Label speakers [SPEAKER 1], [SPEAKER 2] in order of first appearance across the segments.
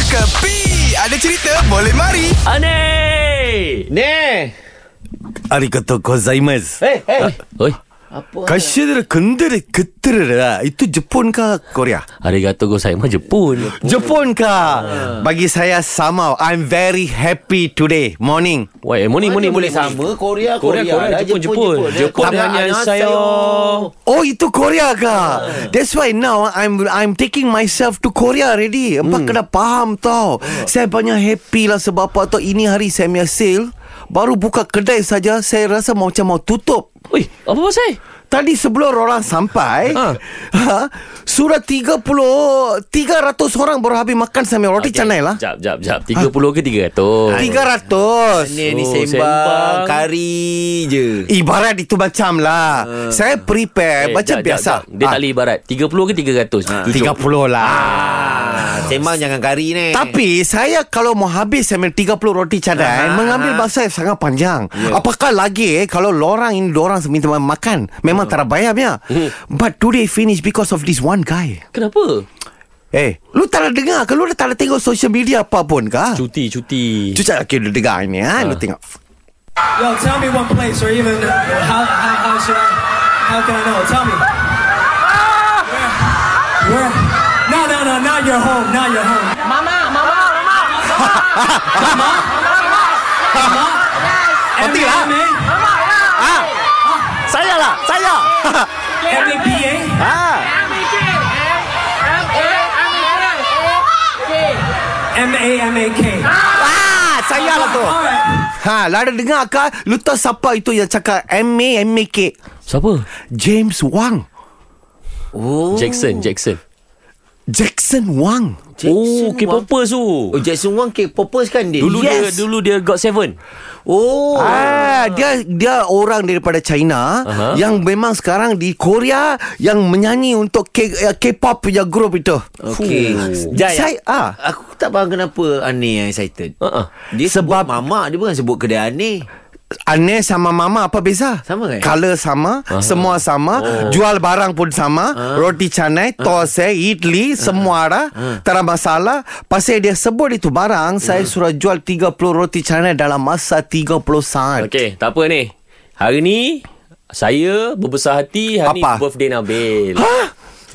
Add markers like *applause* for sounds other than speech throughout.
[SPEAKER 1] Kepi Ada cerita boleh mari
[SPEAKER 2] Aneh.
[SPEAKER 3] 네.
[SPEAKER 4] 아리가토 고자이마스.
[SPEAKER 3] 에이, 에이.
[SPEAKER 2] Ah, Oi,
[SPEAKER 4] 가시들 근데레 그뜨르라. 이또 일본가 코리아.
[SPEAKER 2] arigato gozaimasu Jepun. Ah.
[SPEAKER 4] 일본가. Bagi saya sama. I'm very happy today morning.
[SPEAKER 2] Wah, eh, morning, morning, morning.
[SPEAKER 3] boleh sama Korea
[SPEAKER 2] Korea,
[SPEAKER 3] Korea,
[SPEAKER 2] Korea, Jepun, Jepun. Jepun,
[SPEAKER 3] Tapi-
[SPEAKER 2] annyeonghaseyo.
[SPEAKER 4] Oh itu Korea ka.
[SPEAKER 2] Ah.
[SPEAKER 4] That's why now I'm I'm taking myself to Korea already.
[SPEAKER 2] Hmm.
[SPEAKER 4] Empat kena faham tau.
[SPEAKER 2] Ah.
[SPEAKER 4] Saya banyak happy lah sebab apa tau ini hari saya punya sale. Baru buka kedai saja saya rasa macam mau tutup.
[SPEAKER 2] Oi, apa pasal?
[SPEAKER 4] Tadi sebelum orang sampai
[SPEAKER 2] Ha.
[SPEAKER 4] ha. Surah 30 300 orang baru habis makan sambil roti okay. canai lah
[SPEAKER 2] Jap, jap, jap. 30 ke 300?
[SPEAKER 4] 300
[SPEAKER 3] Ni ni
[SPEAKER 2] Oh, sembang.
[SPEAKER 3] sembang Kari je
[SPEAKER 4] Ibarat itu macam lah Saya
[SPEAKER 2] Ha.
[SPEAKER 4] prepare
[SPEAKER 2] Eh,
[SPEAKER 4] Macam
[SPEAKER 2] jap, jap,
[SPEAKER 4] biasa
[SPEAKER 2] jap. Dia tak boleh ibarat 30 ke 300 ha.
[SPEAKER 4] ah, 30 lah
[SPEAKER 3] ah, Sembang jangan kari ni
[SPEAKER 4] Tapi saya kalau mau habis sambil 30 roti canai
[SPEAKER 3] Ah.
[SPEAKER 4] Mengambil masa yang sangat panjang
[SPEAKER 3] Ya.
[SPEAKER 4] Apakah lagi eh, Kalau lorang ini orang minta makan
[SPEAKER 3] Hmm.
[SPEAKER 4] Memang tak ada bayar punya. But today finish because of this one guy
[SPEAKER 2] Kenapa?
[SPEAKER 4] Eh, lu tak ada dengar ke? Lu tak ada tengok social media apa pun ke?
[SPEAKER 2] Cuti, cuti
[SPEAKER 4] Cucak okay, lu dengar ni ha?
[SPEAKER 3] Ah.
[SPEAKER 4] Lu tengok
[SPEAKER 5] Yo, tell me one place, or even uh, how how, how should I? How can I know? Tell me. Where? Where? No, no, no, not your home, not your home. Mama, mama, mama, mama, mama,
[SPEAKER 4] Penting lah. Ah! Saya lah,
[SPEAKER 3] *laughs*
[SPEAKER 4] saya
[SPEAKER 5] mama, mama, mama,
[SPEAKER 4] ha.
[SPEAKER 3] Ah.
[SPEAKER 5] M A M A K.
[SPEAKER 4] Ah, saya lah tu
[SPEAKER 5] All right.
[SPEAKER 4] Ha, lah ada dengar ke? Lu tahu siapa itu yang cakap M-A-M-A-K
[SPEAKER 2] Siapa?
[SPEAKER 4] James Wang
[SPEAKER 3] Oh
[SPEAKER 2] Jackson, Jackson
[SPEAKER 4] Jackson Wang
[SPEAKER 2] Oh,
[SPEAKER 3] Jackson
[SPEAKER 2] K-popers tu
[SPEAKER 3] Oh Jackson Wang K-popers kan dia
[SPEAKER 2] Dulu
[SPEAKER 3] yes.
[SPEAKER 2] dia dulu dia got seven
[SPEAKER 3] Oh
[SPEAKER 4] Ah, dia dia orang daripada
[SPEAKER 2] Aha.
[SPEAKER 4] China uh-huh. yang memang sekarang di Korea yang menyanyi untuk K, eh, K-pop punya grup itu.
[SPEAKER 3] Okay
[SPEAKER 4] Fuh.
[SPEAKER 3] Jaya
[SPEAKER 4] Saya ah.
[SPEAKER 3] Aku tak faham kenapa Aneh yang excited
[SPEAKER 2] Ha-ha.
[SPEAKER 3] Dia sebab mamak Dia bukan sebut kedai aneh
[SPEAKER 4] Aneh sama mama apa beza?
[SPEAKER 3] Sama kan? ke?
[SPEAKER 4] Color sama, uh-huh. semua sama, oh. jual barang pun sama, uh.
[SPEAKER 3] Ah.
[SPEAKER 4] roti canai, tose, idli, uh. semua ada,
[SPEAKER 3] Ah.
[SPEAKER 4] uh. tak ada masalah. Pasal dia sebut itu barang, uh.
[SPEAKER 3] Hmm.
[SPEAKER 4] saya suruh jual 30 roti canai dalam masa 30 saat.
[SPEAKER 2] Okay, tak apa ni Hari ni Saya berbesar hati Hari ni
[SPEAKER 4] Apa?
[SPEAKER 2] birthday Nabil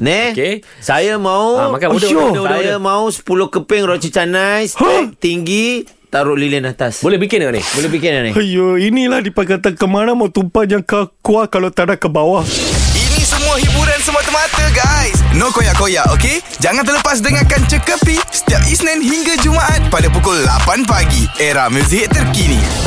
[SPEAKER 3] Ne?
[SPEAKER 2] Okey.
[SPEAKER 3] Saya mau
[SPEAKER 2] Ah, makan. Order,
[SPEAKER 4] Oh,
[SPEAKER 2] order, order,
[SPEAKER 3] Saya
[SPEAKER 2] order.
[SPEAKER 3] mau 10 keping roti canai Steak tinggi Taruh lilin atas
[SPEAKER 2] Boleh bikin ke ni?
[SPEAKER 3] Boleh bikin aneh
[SPEAKER 4] Ayo, inilah dipakata kemana mau tumpah yang ke kuah kalau tak ada ke bawah.
[SPEAKER 1] Ini semua hiburan semata-mata guys No koyak-koyak ok Jangan terlepas dengarkan Cekapi Setiap Isnin hingga Jumaat Pada pukul 8 pagi Era muzik terkini